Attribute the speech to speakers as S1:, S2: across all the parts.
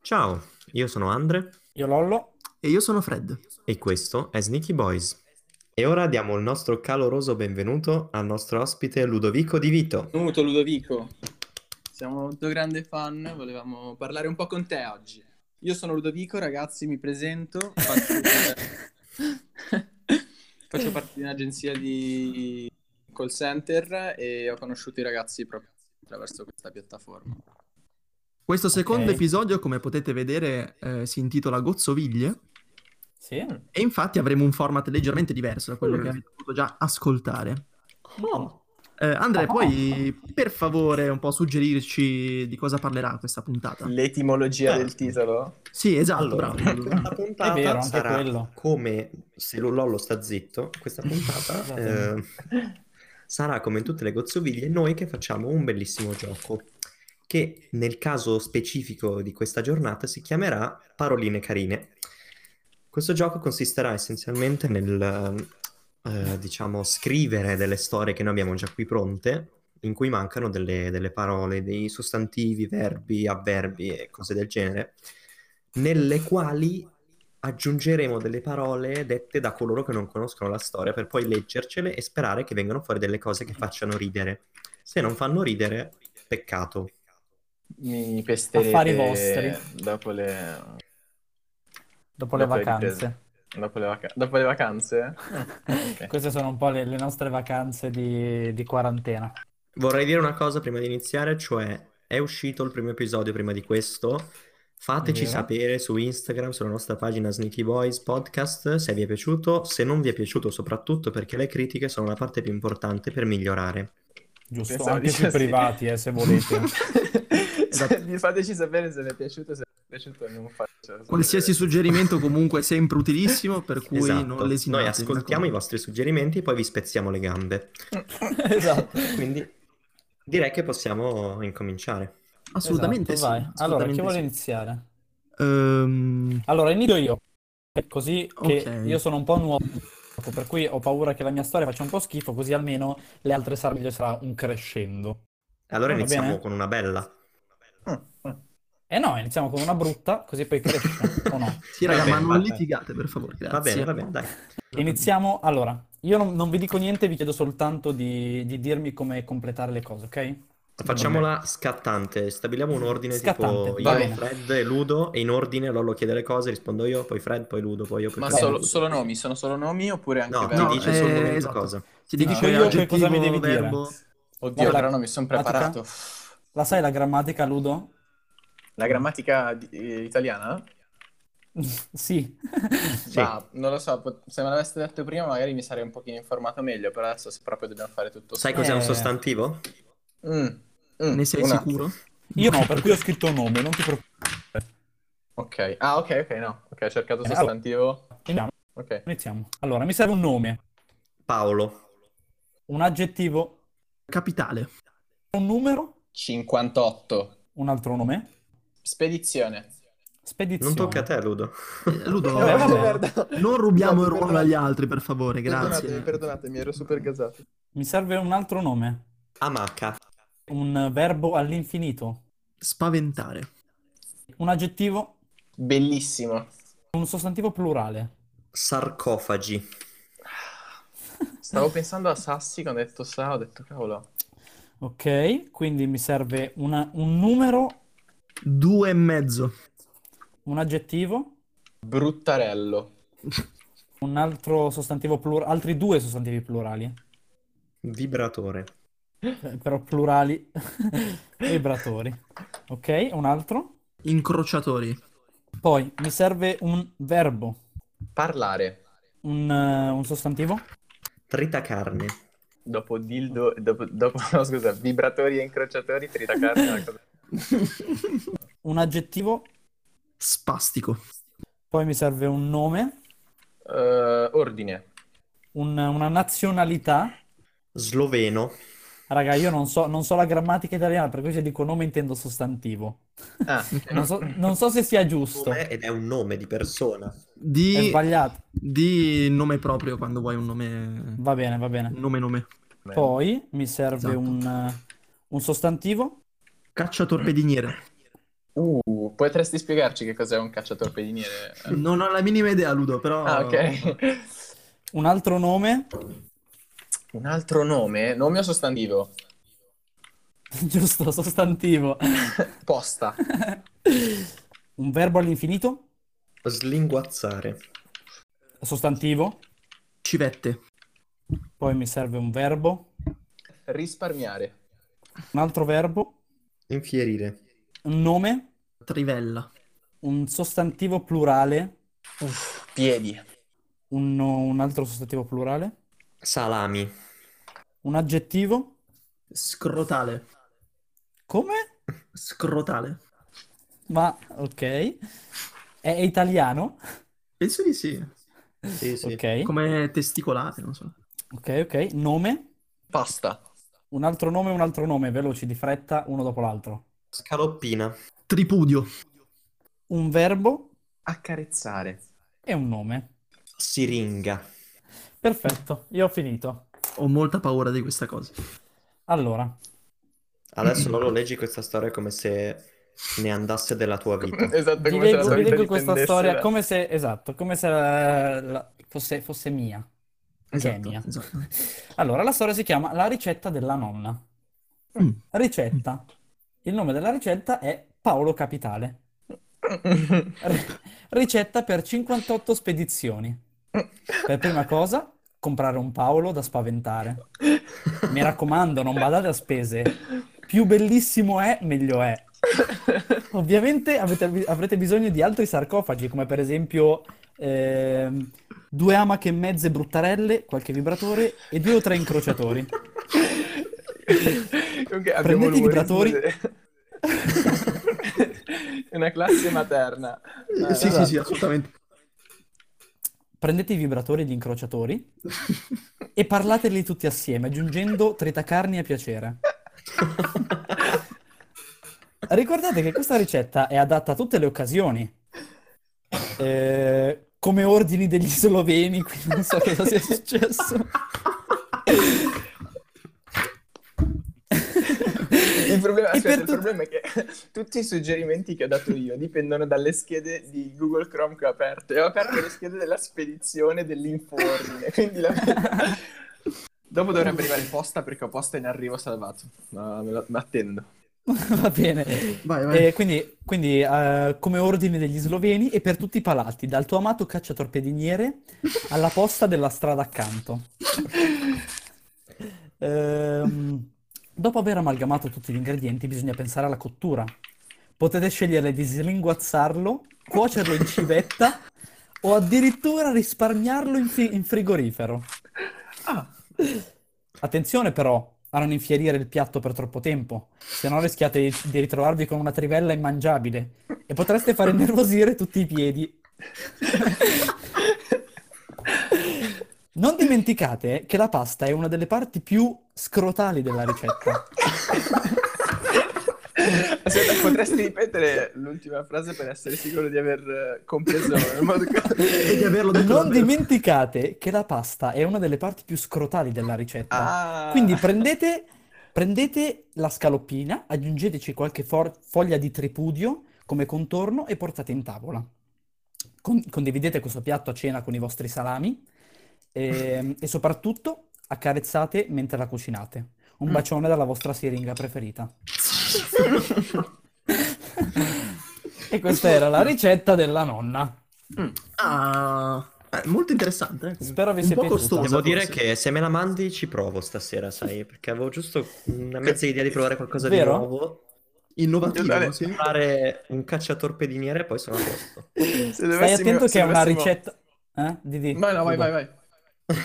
S1: Ciao, io sono Andre
S2: Io Lollo,
S3: E io sono Fred.
S1: e questo è Sneaky Boys. E ora diamo il nostro caloroso benvenuto al nostro ospite Ludovico Di Vito.
S4: Benvenuto Ludovico, siamo due grandi fan, volevamo parlare un po' con te oggi. Io sono Ludovico, ragazzi, mi presento, faccio, faccio parte di un'agenzia di call center e ho conosciuto i ragazzi proprio attraverso questa piattaforma.
S3: Questo secondo
S2: Ok.
S3: episodio, come potete vedere, eh, si intitola Gozzoviglie
S2: sì?
S3: e infatti avremo un format leggermente diverso da quello
S4: Mm.
S3: che avete potuto già ascoltare.
S2: Oh,
S3: Eh, Andrea,
S2: Ah.
S3: puoi per favore un po' suggerirci di cosa parlerà questa puntata?
S4: L'etimologia
S1: del
S4: titolo?
S3: Sì, esatto,
S1: Allora,
S3: bravo.
S1: questa puntata
S2: È vero, anche
S1: sarà
S2: quello.
S1: come se lo- Lollo sta zitto, questa puntata eh, sarà come in tutte le gozzoviglie noi che facciamo un bellissimo gioco che nel caso specifico di questa giornata si chiamerà Paroline carine. Questo gioco consisterà essenzialmente nel eh, diciamo scrivere delle storie che noi abbiamo già qui pronte in cui mancano delle, delle parole, dei sostantivi, verbi, avverbi e cose del genere, nelle quali aggiungeremo delle parole dette da coloro che non conoscono la storia per poi leggercele e sperare che vengano fuori delle cose che facciano ridere. Se non fanno ridere, peccato.
S5: Mi pesterete
S2: Affari vostri.
S5: dopo le,
S2: dopo le
S5: Dopo le
S2: vacanze.
S5: dopo le vaca- dopo le vacanze?
S2: Ah.
S5: Ok.
S2: Queste sono un po' le, le nostre vacanze di, di quarantena.
S1: Vorrei dire una cosa prima di iniziare, cioè è uscito il primo episodio prima di questo. Fateci
S2: Vero.
S1: sapere su Instagram, sulla nostra pagina Sneaky Boys Podcast, se vi è piaciuto, se non vi è piaciuto soprattutto perché le critiche sono la parte più importante per migliorare.
S2: Giusto,
S5: Pensavo
S2: anche sui
S5: dicessi-
S2: privati, eh, se volete.
S5: Se- vi fateci sapere se vi è piaciuto, se vi è piaciuto non faccio.
S3: Qualsiasi suggerimento comunque è sempre utilissimo, per cui
S1: Esatto.
S3: non lesinate.
S1: Noi ascoltiamo i vostri suggerimenti e poi vi spezziamo le gambe.
S2: esatto.
S1: Quindi direi che possiamo incominciare.
S3: Assolutamente
S2: Esatto, vai.
S3: sì.
S2: Allora, chi
S3: assolutamente
S2: vuole
S3: sì.
S2: iniziare?
S3: Ehm,
S2: Allora, inizio io, così che
S3: Ok.
S2: io sono un po' nuovo, per cui ho paura che la mia storia faccia un po' schifo, così almeno le altre sarà meglio, sarà un crescendo.
S1: Allora
S2: Va
S1: iniziamo
S2: bene.
S1: con una bella.
S2: Eh no, iniziamo con una brutta, così poi cresce, o no?
S3: Sì,
S1: Va
S3: raga,
S1: bene,
S3: ma non
S1: va bene.
S3: litigate, per favore, grazie.
S1: Va bene, va bene, dai.
S2: Iniziamo, allora, io non, non vi dico niente, vi chiedo soltanto di, di dirmi come completare le cose, ok?
S1: Facciamola scattante, stabiliamo un ordine
S2: Scattante,
S1: tipo
S2: va
S1: io,
S2: bene.
S1: Fred e Ludo e in ordine Lollo chiede le cose, rispondo io, poi Fred, poi Ludo, poi io, poi
S4: Ma
S1: Fred.
S4: solo, solo nomi, sono solo nomi oppure anche
S1: No, ti
S4: verbi?
S3: No,
S1: dice
S3: eh,
S1: solamente
S3: esatto.
S1: cosa.
S3: Ti
S2: No,
S3: dico
S2: io
S3: io
S2: che cosa mi devi dire.
S3: verbo...
S5: Oddio,
S2: Guarda,
S5: però non mi sono
S2: pratica-
S5: preparato.
S2: La sai la grammatica, Ludo?
S5: La grammatica di- eh, italiana?
S2: Sì.
S1: Sì.
S5: Ma non lo so, pot- se me l'aveste detto prima magari mi sarei un pochino informato meglio, però adesso se proprio dobbiamo fare tutto.
S1: Sai cos'è un
S2: Eh.
S1: sostantivo?
S5: Mm, mm,
S3: Ne sei
S5: un attimo.
S3: sicuro?
S2: Io no, per cui ho scritto nome, non ti preoccupare.
S5: Ok. Ah, ok, ok, no. Ok, ho cercato
S2: Eh,
S5: sostantivo.
S2: Iniziamo,
S5: Ok.
S2: iniziamo. Allora, mi serve un nome,
S1: Paolo,
S2: un aggettivo,
S3: Capitale.
S2: un numero,
S5: 58.
S2: un altro nome,
S5: Spedizione.
S1: non
S2: spedizione.
S1: tocca a te Ludo.
S3: Eh, Ludo,
S2: Vabbè, vabbè.
S3: non rubiamo il ruolo agli altri, per favore, grazie.
S5: perdonatemi, ero super gasato.
S2: Mi serve un altro nome,
S1: Amaca,
S2: un verbo all'infinito,
S3: Spaventare.
S2: un aggettivo,
S5: Bellissimo.
S2: un sostantivo plurale.
S1: sarcofagi,
S5: Stavo pensando a Sassi quando ho detto Sa, ho detto cavolo.
S2: Ok, quindi mi serve una- un numero,
S3: Due e mezzo.
S2: un aggettivo,
S5: Bruttarello.
S2: un altro sostantivo plurale, altri due sostantivi plurali,
S1: vibratore,
S2: eh, però plurali, vibratori. Ok, un altro.
S3: Incrociatori.
S2: Poi mi serve un verbo,
S5: Parlare.
S2: un, eh, un sostantivo,
S1: tritacarne,
S5: Dopo dildo, dopo, dopo- no, scusa, vibratori e incrociatori, tritacarne è una cosa.
S2: un aggettivo,
S3: Spastico.
S2: poi mi serve un nome,
S5: Eh, ordine.
S2: un- una nazionalità.
S1: sloveno,
S2: Raga, io non so, non so la grammatica italiana, per cui se dico nome intendo sostantivo.
S5: Ah,
S2: Non so, non so se sia giusto,
S1: Come- ed è un nome di persona.
S2: è
S3: Di,
S2: sbagliato.
S3: di nome proprio quando vuoi un nome...
S2: Va bene, va bene.
S3: Nome, nome.
S2: Poi mi serve
S3: Esatto.
S2: un, eh, un sostantivo,
S3: Cacciatorpediniere.
S5: Uh, potresti spiegarci che cos'è un cacciatorpediniere?
S3: Non ho la minima idea, Ludo, però...
S5: Ah, ok.
S2: Un altro nome?
S5: Un altro nome? Nome o sostantivo?
S2: Giusto, sostantivo.
S5: Posta.
S2: Un verbo all'infinito?
S1: Slinguazzare.
S2: Sostantivo.
S3: Civette.
S2: Poi mi serve un verbo.
S5: Risparmiare.
S2: Un altro verbo.
S1: Infierire.
S2: Un nome.
S3: Trivella.
S2: Un sostantivo plurale.
S5: Uff, piedi.
S2: Un, un altro sostantivo plurale.
S1: Salami.
S2: Un aggettivo.
S3: Scrotale.
S2: Come?
S3: Scrotale.
S2: Ma ok. È, è italiano?
S3: Penso di sì.
S1: Sì, sì.
S2: Ok.
S3: Come testicolate, non so.
S2: Ok, ok. Nome.
S5: Pasta.
S2: Un altro nome, un altro nome. Veloci, di fretta, uno dopo l'altro.
S1: Scaloppina.
S3: Tripudio.
S2: Un verbo
S5: Accarezzare.
S2: e un nome.
S1: Siringa.
S2: Perfetto, io ho finito.
S3: Ho molta paura di questa cosa.
S2: Allora,
S1: Adesso Lolo leggi questa storia come se ne andasse della tua vita.
S5: Esatto,
S2: vi
S5: come se la
S2: leggo,
S5: tua
S2: vi
S5: vita
S2: leggo questa
S5: dipendesse
S2: storia
S5: da-
S2: come se, esatto, come se la- la- fosse, fosse mia. Che è mia.
S3: esatto.
S2: Allora, la storia si chiama La ricetta della nonna.
S3: Mm.
S2: Ricetta. Il nome della ricetta è Paolo Capitale. R- ricetta per 58 spedizioni. Per prima cosa, comprare un Paolo da spaventare. Mi raccomando, non badate a spese. Più bellissimo è, meglio è. Ovviamente avete- avrete bisogno di altri sarcofagi, come per esempio ehm, due amache e mezze bruttarelle, qualche vibratore e due o tre incrociatori.
S5: Ok, abbiamo
S2: Prendete i
S5: l'umorismo
S2: vibratori.
S5: de- Una classe materna. Eh,
S3: sì, sì,
S2: esatto.
S3: sì, assolutamente.
S2: Prendete i vibratori e gli incrociatori e parlateli tutti assieme, aggiungendo tritacarni a piacere. Ricordate che questa ricetta è adatta a tutte le occasioni, Eh, come ordini degli sloveni, quindi non so cosa sia successo.
S5: Il problema,
S2: E
S5: aspetta,
S2: per
S5: il
S2: tut-
S5: problema è che tutti i suggerimenti che ho dato io dipendono dalle schede di Google Chrome che ho aperto. E ho aperto le schede della spedizione dell'informe. Quindi la... Dopo dovrebbe arrivare posta perché ho posta in arrivo salvato. Ma me lo me attendo.
S2: Va bene.
S3: Vai, vai.
S2: Eh, quindi, quindi, eh, come ordine degli sloveni e per tutti i palati, dal tuo amato cacciatorpediniere alla posta della strada accanto. Ehm, dopo aver amalgamato tutti gli ingredienti, bisogna pensare alla cottura. Potete scegliere di slinguazzarlo, cuocerlo in civetta o addirittura risparmiarlo in, fi- in frigorifero. Attenzione però a non infierire il piatto per troppo tempo, se no rischiate di, di ritrovarvi con una trivella immangiabile e potreste far innervosire tutti i piedi. Non dimenticate che la pasta è una delle parti più scrotali della ricetta.
S5: Aspetta, potresti ripetere l'ultima frase per essere sicuro di aver eh, compreso il modo
S3: E di
S5: che...
S3: averlo detto
S2: Non
S3: davvero.
S2: dimenticate che la pasta è una delle parti più scrotali della ricetta.
S5: Ah.
S2: Quindi prendete, prendete la scaloppina, aggiungeteci qualche for- foglia di tripudio come contorno e portate in tavola. Con- condividete questo piatto a cena con i vostri salami ehm, e, soprattutto accarezzate mentre la cucinate.
S5: Mm.
S2: Un bacione dalla vostra siringa preferita. E questa era la ricetta della nonna.
S3: Ah, eh, molto interessante. eh, comunque.
S2: Spero vi
S3: Un
S2: sia
S3: po'
S2: piaciuta.
S3: costoso.
S1: Devo dire
S3: forse.
S1: che se me la mandi ci provo stasera, sai, perché avevo giusto una mezza idea di provare qualcosa
S2: Vero?
S1: di nuovo.
S3: Innovativo,
S5: Dale.
S3: sì.
S1: Fare un cacciatorpediniere e poi sono a posto.
S2: Stai attento che è una ricetta... Eh? Didi,
S5: Ma no, vai,
S2: Ludo.
S5: vai, vai.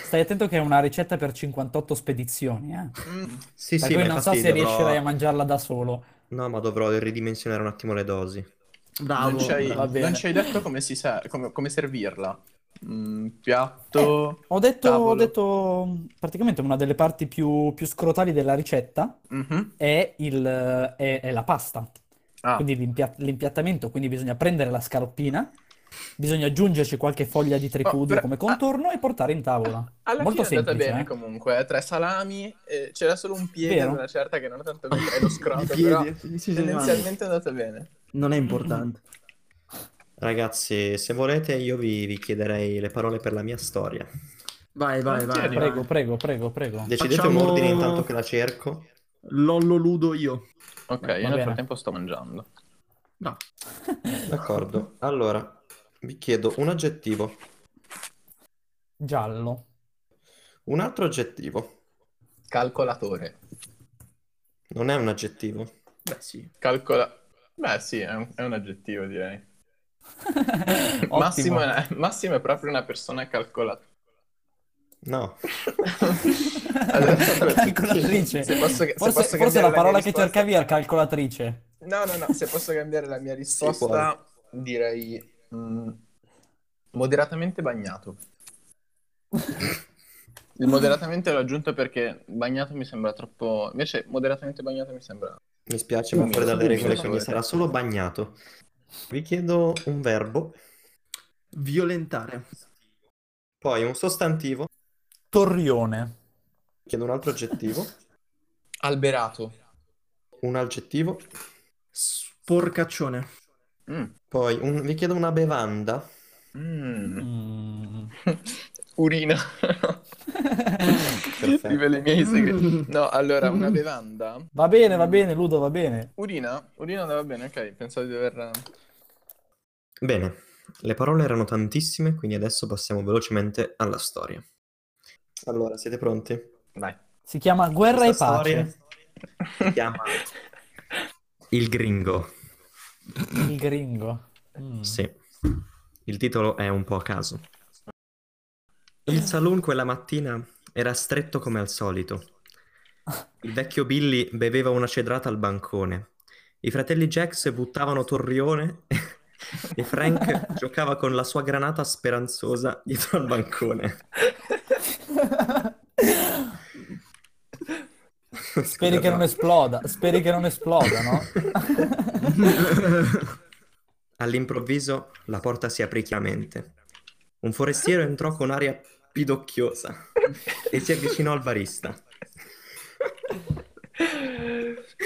S2: Stai attento che è una ricetta per 58 spedizioni, eh.
S5: Mm.
S1: Sì,
S2: Per
S1: sì,
S2: cui
S1: ma
S2: non so
S1: infatti
S2: se
S1: dovrò-
S2: riuscirai a mangiarla da solo.
S1: No, ma dovrò ridimensionare un attimo le dosi.
S3: Bravo.
S5: Non ci hai,
S2: va
S3: bravo.
S2: bene.
S5: non ci hai detto come, si sa- come, come servirla. Mm, piatto.
S2: Ho detto,
S5: Cavolo.
S2: ho detto mh, praticamente una delle parti più, più scrotali della ricetta
S5: Mhm.
S2: è, il- è- è la pasta,
S5: Ah,
S2: quindi l'impia- l'impiattamento. Quindi bisogna prendere la scaloppina, bisogna aggiungerci qualche foglia di tripudio
S5: Oh, però- Ah,
S2: come contorno e portare in tavola.
S5: alla
S2: Molto
S5: fine è andata
S2: semplice, eh.
S5: bene comunque. eh, Tre salami, eh, c'era solo un piede,
S2: Vero.
S5: una certa che non è tanto bene, è lo
S3: I
S5: scroto, però
S3: piedi. Sì, sì, sì,
S5: tendenzialmente è andata bene.
S3: Non è importante.
S1: Ragazzi, se volete io vi, vi chiederei le parole per la mia storia.
S3: Vai, vai, vai.
S5: Volentieri.
S2: Prego, prego, prego, prego.
S1: Decidete un
S3: Facciamo-
S1: ordine intanto che la cerco.
S3: Lollo ludo io.
S5: Ok,
S2: Va
S5: io nel
S2: bene.
S5: frattempo sto mangiando.
S3: No.
S1: D'accordo. Allora, vi chiedo un aggettivo,
S2: Giallo,
S1: un altro aggettivo.
S5: Calcolatore.
S1: Non è un aggettivo.
S3: Beh, sì.
S5: Calcola... Beh sì, è un, è un aggettivo direi.
S2: Ottimo.
S5: Massimo è, Massimo è proprio una persona calcolata.
S1: No.
S5: Ecco,
S2: ecco calcolatrice.
S5: Se posso- se
S2: forse
S5: posso
S2: forse
S5: cambiare
S2: la
S5: la
S2: parola
S5: mia
S2: che
S5: risposta.
S2: cercavi era calcolatrice.
S5: No, no, no, se posso cambiare la mia risposta direi mm, moderatamente bagnato. Il moderatamente l'ho aggiunto perché bagnato mi sembra troppo... Invece moderatamente bagnato mi sembra...
S1: Mi spiace, ma
S5: Mm,
S1: fuori dalle
S5: mm,
S1: regole,
S5: sì,
S1: quindi
S5: sì.
S1: sarà solo bagnato. Vi chiedo un verbo,
S3: Violentare.
S1: poi un sostantivo,
S2: Torrione,
S1: vi chiedo un altro aggettivo,
S5: Alberato.
S1: un aggettivo,
S3: Sporcaccione.
S5: Mm.
S1: poi un- vi chiedo una bevanda,
S5: Mm.
S2: Mm.
S5: Urina.
S1: Perfetto.
S5: Rivela i miei segreti.
S3: Mm.
S5: No, allora, una bevanda.
S2: Va bene, va bene, Ludo, va bene.
S5: Urina? Urina andava bene, ok. Pensavo di aver...
S1: Bene, le parole erano tantissime, quindi adesso passiamo velocemente alla storia. Allora, siete pronti?
S5: Dai.
S2: Si chiama Guerra e
S1: Questa
S2: Pace.
S1: storia si chiama Il Gringo.
S2: Il gringo. Mm.
S1: Sì, il titolo è un po' a caso. Il
S2: Eh.
S1: saloon quella mattina era stretto come al solito. Il vecchio Billy beveva una cedrata al bancone. I fratelli Jax buttavano torrione e Frank giocava con la sua granata speranzosa dietro al bancone.
S2: Speri che non esploda, speri che non esploda, no?
S1: All'improvviso la porta si aprì chiaramente. Un forestiero entrò con aria pidocchiosa e si avvicinò al barista.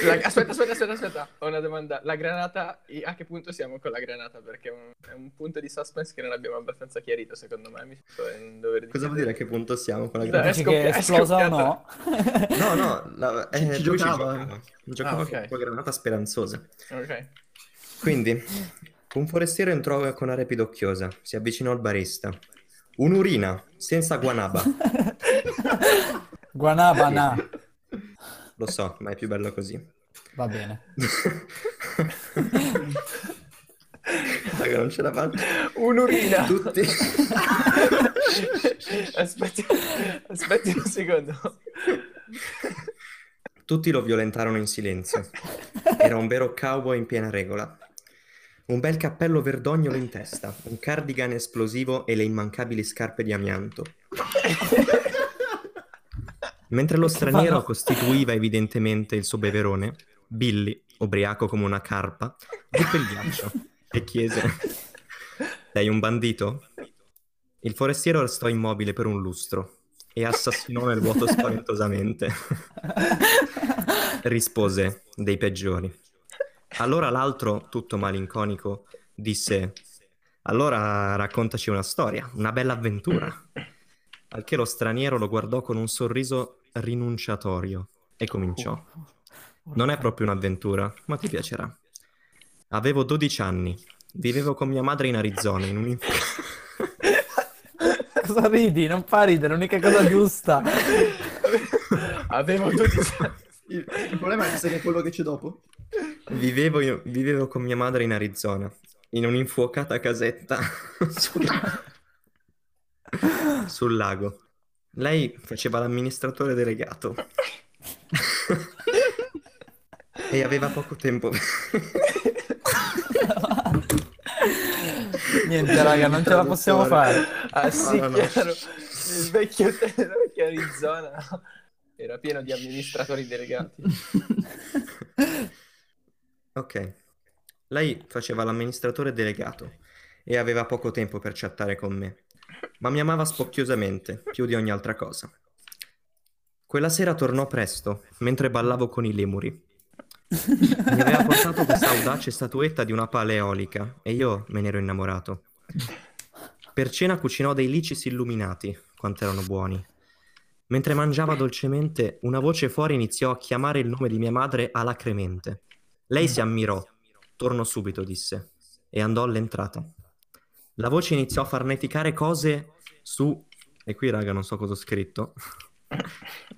S5: La- Aspetta, aspetta, aspetta, aspetta. Ho una domanda. La granata, i- a che punto siamo con la granata? Perché è un, è un punto di suspense che non abbiamo abbastanza chiarito, secondo me. Mi sento in dovere di
S1: Cosa vuol dire a che punto siamo con la
S5: Beh,
S1: granata?
S2: Dici
S5: è
S2: che
S5: scoppi- è
S2: esplosa o
S5: scoppiata.
S2: no?
S1: No, no, la,
S3: Ci-
S1: eh,
S3: ci
S1: lui
S3: giocava.
S1: Giocava
S5: Ah, ok.
S1: con la sua granata speranzosa.
S5: Ok.
S1: Quindi, un forestiero entrò con aria pidocchiosa, si avvicinò al barista. Un'urina, senza guanaba.
S2: Guanabana.
S1: Lo so, ma è più bello così.
S2: Va bene.
S1: Raga, non ce la faccio.
S5: Un'urina.
S1: Tutti...
S5: Aspetti, aspetti un secondo.
S1: Tutti lo violentarono in silenzio. Era un vero cowboy in piena regola. Un bel cappello verdognolo in testa, un cardigan esplosivo e le immancabili scarpe di amianto. Mentre lo straniero
S2: fanno?
S1: costituiva evidentemente il suo beverone, Billy, ubriaco come una carpa, ruppe il ghiaccio e chiese: Sei un bandito? Il forestiero restò immobile per un lustro e assassinò nel vuoto spaventosamente. Rispose: Dei peggiori. Allora l'altro, tutto malinconico, disse: Allora raccontaci una storia, una bella avventura. Al che lo straniero lo guardò con un sorriso rinunciatorio e cominciò: Non è proprio un'avventura, ma ti piacerà. Avevo 12 anni, vivevo con mia madre in Arizona, in un
S2: Cosa ridi? Non fa ridere, è l'unica cosa giusta.
S5: Avevo 12 anni.
S3: Il, il problema è se è quello che c'è dopo.
S1: Vivevo, io- vivevo con mia madre in Arizona, in un'infuocata casetta sul, sul lago. Lei faceva l'amministratore delegato. e aveva poco tempo.
S2: Niente, raga, non ce la possiamo fare.
S5: Ah sì,
S1: No, no, no.
S5: chiaro. Il vecchio terra che Arizona era pieno di amministratori delegati.
S1: ok. Lei faceva l'amministratore delegato e aveva poco tempo per chattare con me, ma mi amava spocchiosamente, più di ogni altra cosa. Quella sera tornò presto, mentre ballavo con i lemuri. Mi aveva portato questa audace statuetta di una paleolica e io me ne ero innamorato. Per cena cucinò dei licis illuminati, quanto erano buoni. Mentre mangiava dolcemente, una voce fuori iniziò a chiamare il nome di mia madre alacremente. Lei si ammirò. Torno subito, disse, e andò all'entrata. La voce iniziò a farneticare cose su... E qui, raga, non so cosa ho scritto.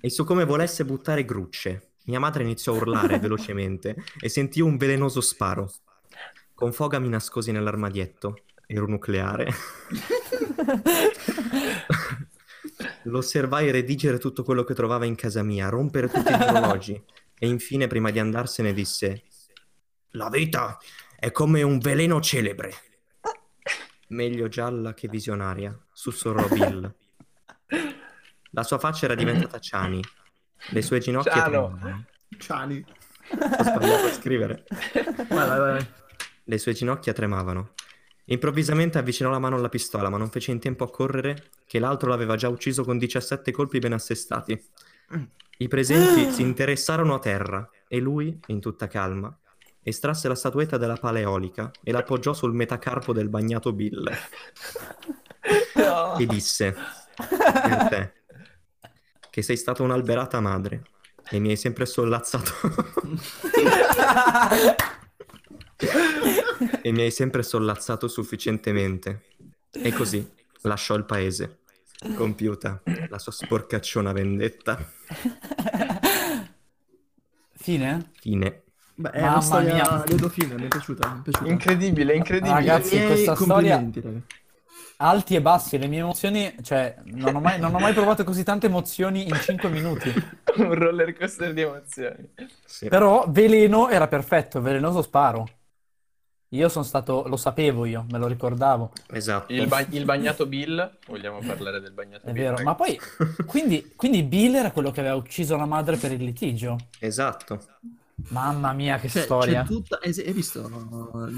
S1: e su come volesse buttare grucce. Mia madre iniziò a urlare velocemente e sentì un velenoso sparo. Con foga mi nascosi nell'armadietto. Ero nucleare. Lo osservai redigere tutto quello che trovava in casa mia, rompere tutti gli orologi. E infine, prima di andarsene, disse: La vita è come un veleno celebre. Meglio gialla che visionaria, sussurrò Bill. La sua faccia era diventata ciani, le sue ginocchia
S5: Ciano.
S1: tremavano.
S3: Ciani.
S1: Ho sbagliato a scrivere.
S3: Vai, vai, vai.
S1: Le sue ginocchia tremavano. Improvvisamente avvicinò la mano alla pistola, ma non fece in tempo a correre che l'altro l'aveva già ucciso con 17 colpi ben assestati. I presenti si interessarono a terra e lui, in tutta calma, estrasse la statuetta dalla paleolica e la appoggiò sul metacarpo del bagnato Bill
S5: No.
S1: e disse per te che sei stata un'alberata madre e mi hai sempre sollazzato e mi hai sempre sollazzato sufficientemente e così lasciò il paese compiuta la sua sporcacciona vendetta
S2: Fine?
S1: fine
S3: Beh, è
S2: Mamma
S3: una storia
S2: mia.
S3: lieto fine, mi è piaciuta, mi è piaciuta.
S5: Incredibile, incredibile.
S2: Ragazzi,
S3: Miei
S2: questa
S3: complimenti, raga.
S2: Alti e bassi, le mie emozioni, cioè, non ho mai, non ho mai provato così tante emozioni in 5 minuti.
S5: Un roller coaster di emozioni.
S1: Sì.
S2: Però veleno era perfetto, velenoso sparo. Io sono stato, lo sapevo io, me lo ricordavo,
S1: esatto
S5: Il, ba- il bagnato Bill, vogliamo parlare del bagnato
S2: è
S5: Bill?
S2: vero.
S5: ragazzi?
S2: Ma poi, quindi, quindi Bill era quello che aveva ucciso la madre per il litigio.
S1: esatto
S2: Mamma mia, che
S3: Cioè,
S2: storia.
S3: c'è tutta... eh, sì, Hai visto no?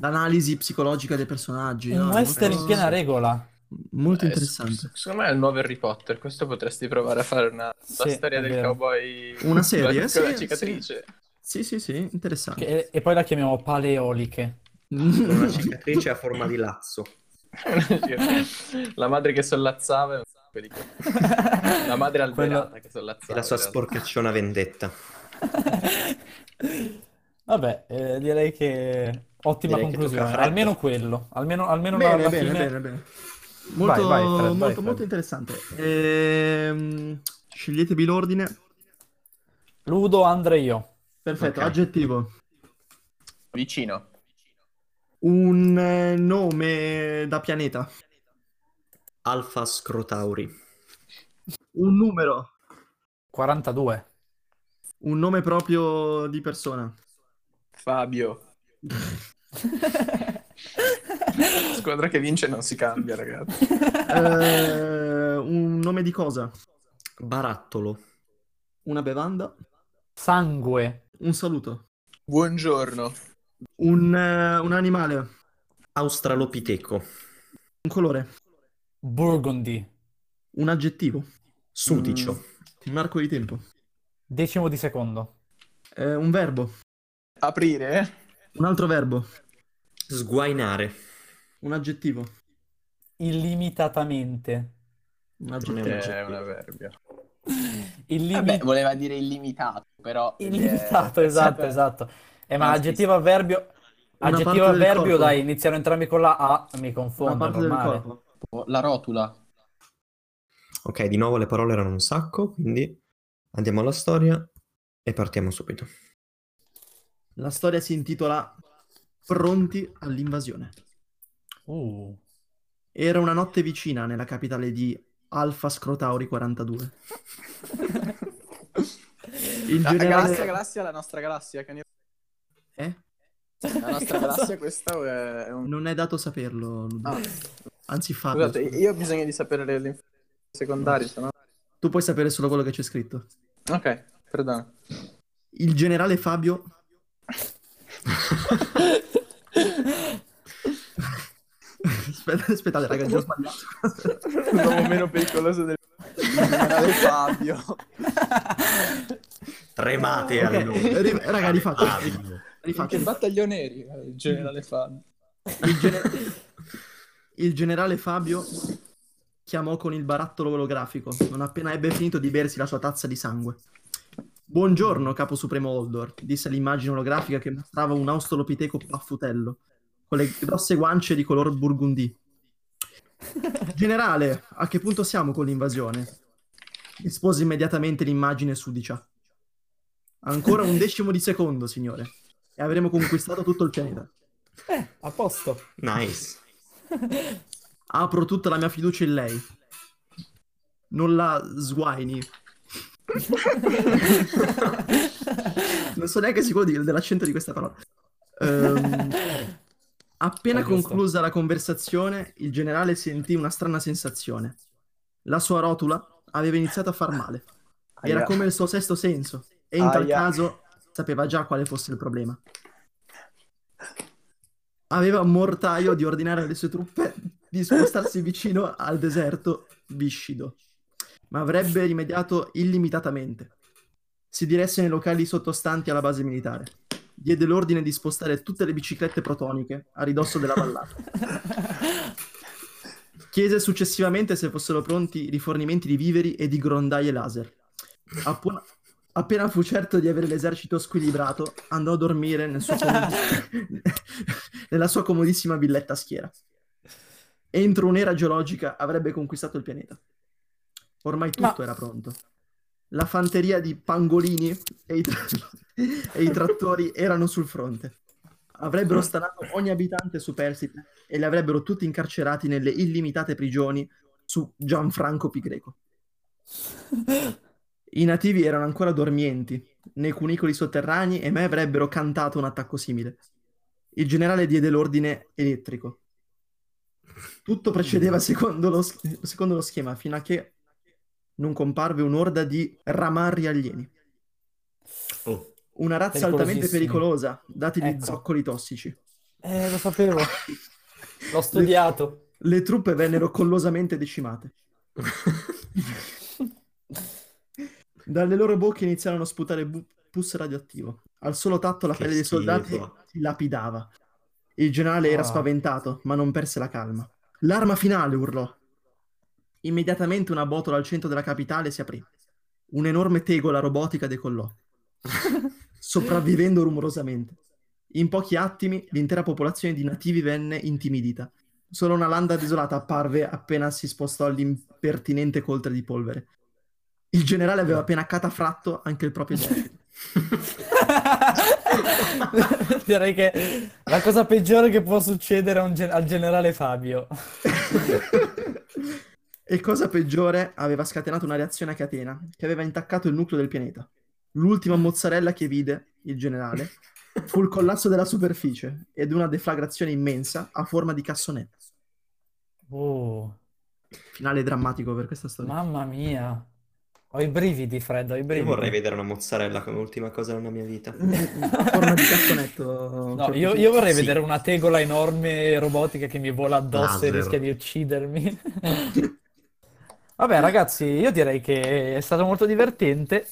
S3: l'analisi psicologica dei personaggi?
S2: Un
S3: no?
S2: western in
S3: Molto-
S2: piena regola.
S3: Molto
S5: Eh, s-
S3: interessante.
S5: secondo me è il nuovo Harry Potter. Questo potresti provare a fare una la
S2: Sì,
S5: storia
S2: è
S5: del
S2: vero.
S5: cowboy.
S3: Una serie?
S5: Con
S3: Sì,
S5: la cicatrice.
S3: Sì, sì, sì, interessante.
S2: Che- e poi la chiamiamo paleoliche.
S1: con una cicatrice a forma di lazzo
S5: la madre che sollazzava. è un sacco di cose. La madre alberata
S2: Quello-
S5: che
S1: e
S5: sollazzava.
S1: la sua
S5: in realtà.
S1: sporcacciona vendetta
S2: Vabbè, eh, direi che ottima
S1: Direi che tocca
S2: conclusione.
S1: a Fred.
S2: almeno quello, almeno, almeno alla
S3: Bene, bene,
S2: fine.
S3: bene, bene. Molto,
S2: vai, Fred, vai,
S3: molto,
S2: Fred.
S3: molto interessante. Ehm, sceglietevi l'ordine.
S2: Ludo, Andre, io.
S3: Perfetto,
S1: Ok.
S3: aggettivo.
S5: Vicino.
S3: Un eh, nome da pianeta.
S1: alfa scrotauri
S3: Un numero.
S2: 42.
S3: Un nome proprio di persona.
S5: Fabio. Squadra che vince non si cambia, ragazzi.
S3: Eh, un nome di cosa?
S1: barattolo
S3: Una bevanda.
S2: Sangue.
S3: Un saluto.
S5: Buongiorno.
S3: Un, eh, un animale. Un
S1: australopiteco
S3: colore.
S2: Burgundy.
S3: Un aggettivo.
S1: sudicio
S3: Un arco di tempo.
S2: Decimo di secondo.
S3: Eh, un verbo.
S5: Aprire. eh?
S3: Un altro verbo.
S1: Sguainare.
S3: Un aggettivo.
S2: Illimitatamente.
S3: Un
S1: Non è un
S3: aggettivo.
S5: Che è
S1: aggettivo.
S5: un avverbio.
S3: Eh
S2: Illimi-
S5: voleva dire illimitato, però.
S3: eh,
S2: Illimitato, esatto, esatto. Eh, ma
S5: Ah, sì,
S2: aggettivo avverbio...
S3: cioè, Una
S2: Aggettivo
S3: parte del
S2: avverbio,
S3: corpo.
S2: dai, iniziano entrambi con la A, mi
S3: Una
S2: confondo, è
S3: parte del
S2: normale.
S3: corpo.
S5: La rotula.
S1: Ok, di nuovo le parole erano un sacco, quindi andiamo alla storia e partiamo subito.
S3: La storia si intitola Pronti all'invasione.
S2: Uh.
S3: Era una notte vicina nella capitale di Alfa Scrotauri 42. Il
S5: La,
S3: generale-
S5: galassia, galassia, la nostra galassia. che ne-
S3: Eh?
S5: La nostra galassia, questa è un.
S3: Non è dato saperlo, Ludo.
S5: Ah,
S3: anzi Fabio.
S5: scusate, io ho bisogno di sapere le, le informazioni secondarie, se no.
S3: Tu puoi sapere solo quello che c'è scritto.
S5: Ok, perdono.
S3: Il generale Fabio Aspetta- aspettate, ragazzi, ho sbagliato.
S5: L'uomo meno pericoloso del mondo. Fabio.
S1: Tremate
S3: Ok,
S1: allora. Ah,
S3: ri- raga, rifaccio.
S1: Fabio.
S3: Rifaccio.
S4: Che battaglioneri, il generale Fabio.
S3: Il, gene- il generale Fabio chiamò con il barattolo olografico, non appena ebbe finito di bersi la sua tazza di sangue. Buongiorno, capo supremo Oldor, disse l'immagine olografica che mostrava un australopiteco paffutello, con le grosse guance di color burgundy. Generale, a che punto siamo con l'invasione? Espose immediatamente l'immagine sudicia. Ancora un decimo di secondo, signore, e avremo conquistato tutto il pianeta.
S2: Eh, a posto.
S1: Nice.
S3: Apro tutta la mia fiducia in lei. Non la sguaini. Non so neanche sicuro di- dell'accento di questa parola. Ehm, appena
S2: È giusto.
S3: conclusa la conversazione, il generale sentì una strana sensazione. La sua rotula aveva iniziato a far male. Era
S5: Aia.
S3: come il suo sesto senso, e in tal
S5: Aia.
S3: caso sapeva già quale fosse il problema. Aveva un mortaio di ordinare alle sue truppe di spostarsi vicino al deserto viscido, ma avrebbe rimediato illimitatamente. Si diresse nei locali sottostanti alla base militare. Diede l'ordine di spostare tutte le biciclette protoniche a ridosso della vallata. Chiese successivamente se fossero pronti i rifornimenti di viveri e di grondaie laser. Appena, appena fu certo di avere l'esercito squilibrato, andò a dormire nel suo comodi- nella sua comodissima villetta a schiera. Entro un'era geologica avrebbe conquistato il pianeta. Ormai tutto
S2: Ma-
S3: era pronto. La fanteria di pangolini e i, tra- e i trattori erano sul fronte. Avrebbero stanato ogni abitante superstite e li avrebbero tutti incarcerati nelle illimitate prigioni su Gianfranco Pigreco. I nativi erano ancora dormienti nei cunicoli sotterranei e mai avrebbero cantato un attacco simile. Il generale diede l'ordine elettrico. Tutto precedeva secondo lo, sch- secondo lo schema fino a che non comparve un'orda di ramarri alieni,
S1: Oh,
S3: una razza altamente
S2: Pericolosissimi.
S3: pericolosa, dati gli
S2: Ecco.
S3: zoccoli tossici.
S2: Eh, lo sapevo. L'ho studiato.
S3: Le truppe vennero collosamente decimate. Dalle loro bocche iniziarono a sputare bu- pus radioattivo. Al solo tatto la
S1: Che
S3: pelle dei soldati
S1: schifo.
S3: si lapidava. Il generale era
S2: Ah.
S3: spaventato, ma non perse la calma. L'arma finale urlò. Immediatamente una botola al centro della capitale si aprì. Un'enorme tegola robotica decollò, sopravvivendo rumorosamente. In pochi attimi l'intera popolazione di nativi venne intimidita. Solo una landa desolata apparve appena si spostò l'impertinente coltre di polvere. Il generale aveva appena catafratto anche il proprio esercito.
S2: Direi che la cosa peggiore che può succedere a un gen- al generale Fabio.
S3: E cosa peggiore, aveva scatenato una reazione a catena che aveva intaccato il nucleo del pianeta. L'ultima mozzarella che vide, il generale, fu il collasso della superficie ed una deflagrazione immensa a forma di cassonetto.
S2: Oh,
S3: Finale drammatico per questa storia.
S2: mamma mia. Ho i brividi, Fred, ho i
S1: io
S2: brividi.
S1: vorrei vedere una mozzarella come ultima cosa nella mia vita.
S2: Mm,
S3: A forma di cassonetto. cioè,
S2: No, io, io
S1: certo
S2: vorrei
S1: Sì.
S2: vedere una tegola enorme robotica che mi vola addosso e
S1: Laser.
S2: rischia di uccidermi. Vabbè, ragazzi, io direi che è stato molto divertente.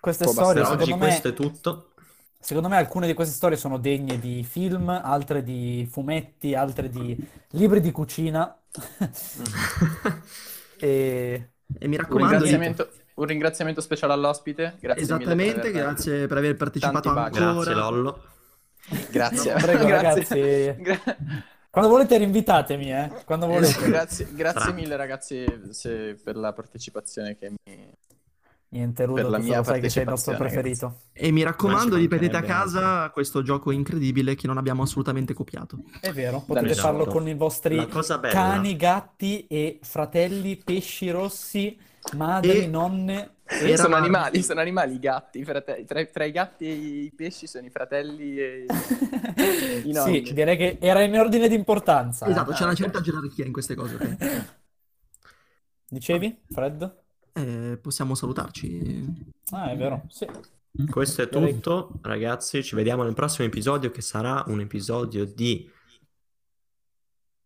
S2: Queste
S5: Può
S2: storie,
S1: Per
S5: bastare
S1: oggi
S2: secondo me,
S1: questo è tutto.
S2: secondo me, alcune di queste storie sono degne di film, altre di fumetti, altre di libri di cucina. E
S3: E mi
S5: Un
S3: raccomando,
S5: ringraziamento, un ringraziamento speciale all'ospite. Grazie mille
S3: esattamente,
S5: per aver-
S3: grazie per aver partecipato
S5: Tanti baci.
S3: ancora.
S1: Grazie Lollo.
S5: Grazie.
S2: prego,
S5: Grazie.
S2: ragazzi.
S5: Gra-
S2: quando volete rinvitatemi, eh, quando volete.
S5: grazie, grazie
S1: Fra.
S5: mille ragazzi se- per la partecipazione che mi...
S2: Niente, Rudo,
S5: Per la
S2: tu
S5: mia
S2: lo sai che sei il nostro
S5: partecipazione,
S2: preferito.
S3: E mi raccomando,
S1: Ma ci
S3: ripetete a
S1: mancherebbe
S3: casa questo gioco incredibile che non abbiamo assolutamente copiato.
S2: È vero, potete
S5: Esatto.
S2: farlo con i vostri
S1: La cosa bella.
S2: cani, gatti e fratelli, pesci rossi, madri,
S3: E-
S2: nonne.
S3: Era-
S5: Sono animali, sono animali, i gatti, i frate- tra, tra i gatti e i pesci sono i fratelli e... I nonni.
S2: Sì, direi che era in ordine di importanza. eh.
S3: Esatto, c'è una
S5: ok.
S3: certa gerarchia in queste cose. ok?
S2: Dicevi, Fred?
S3: Eh, possiamo salutarci.
S2: Ah, è vero, sì.
S1: Questo è
S2: Direi-
S1: tutto, ragazzi. Ci vediamo nel prossimo episodio che sarà un episodio di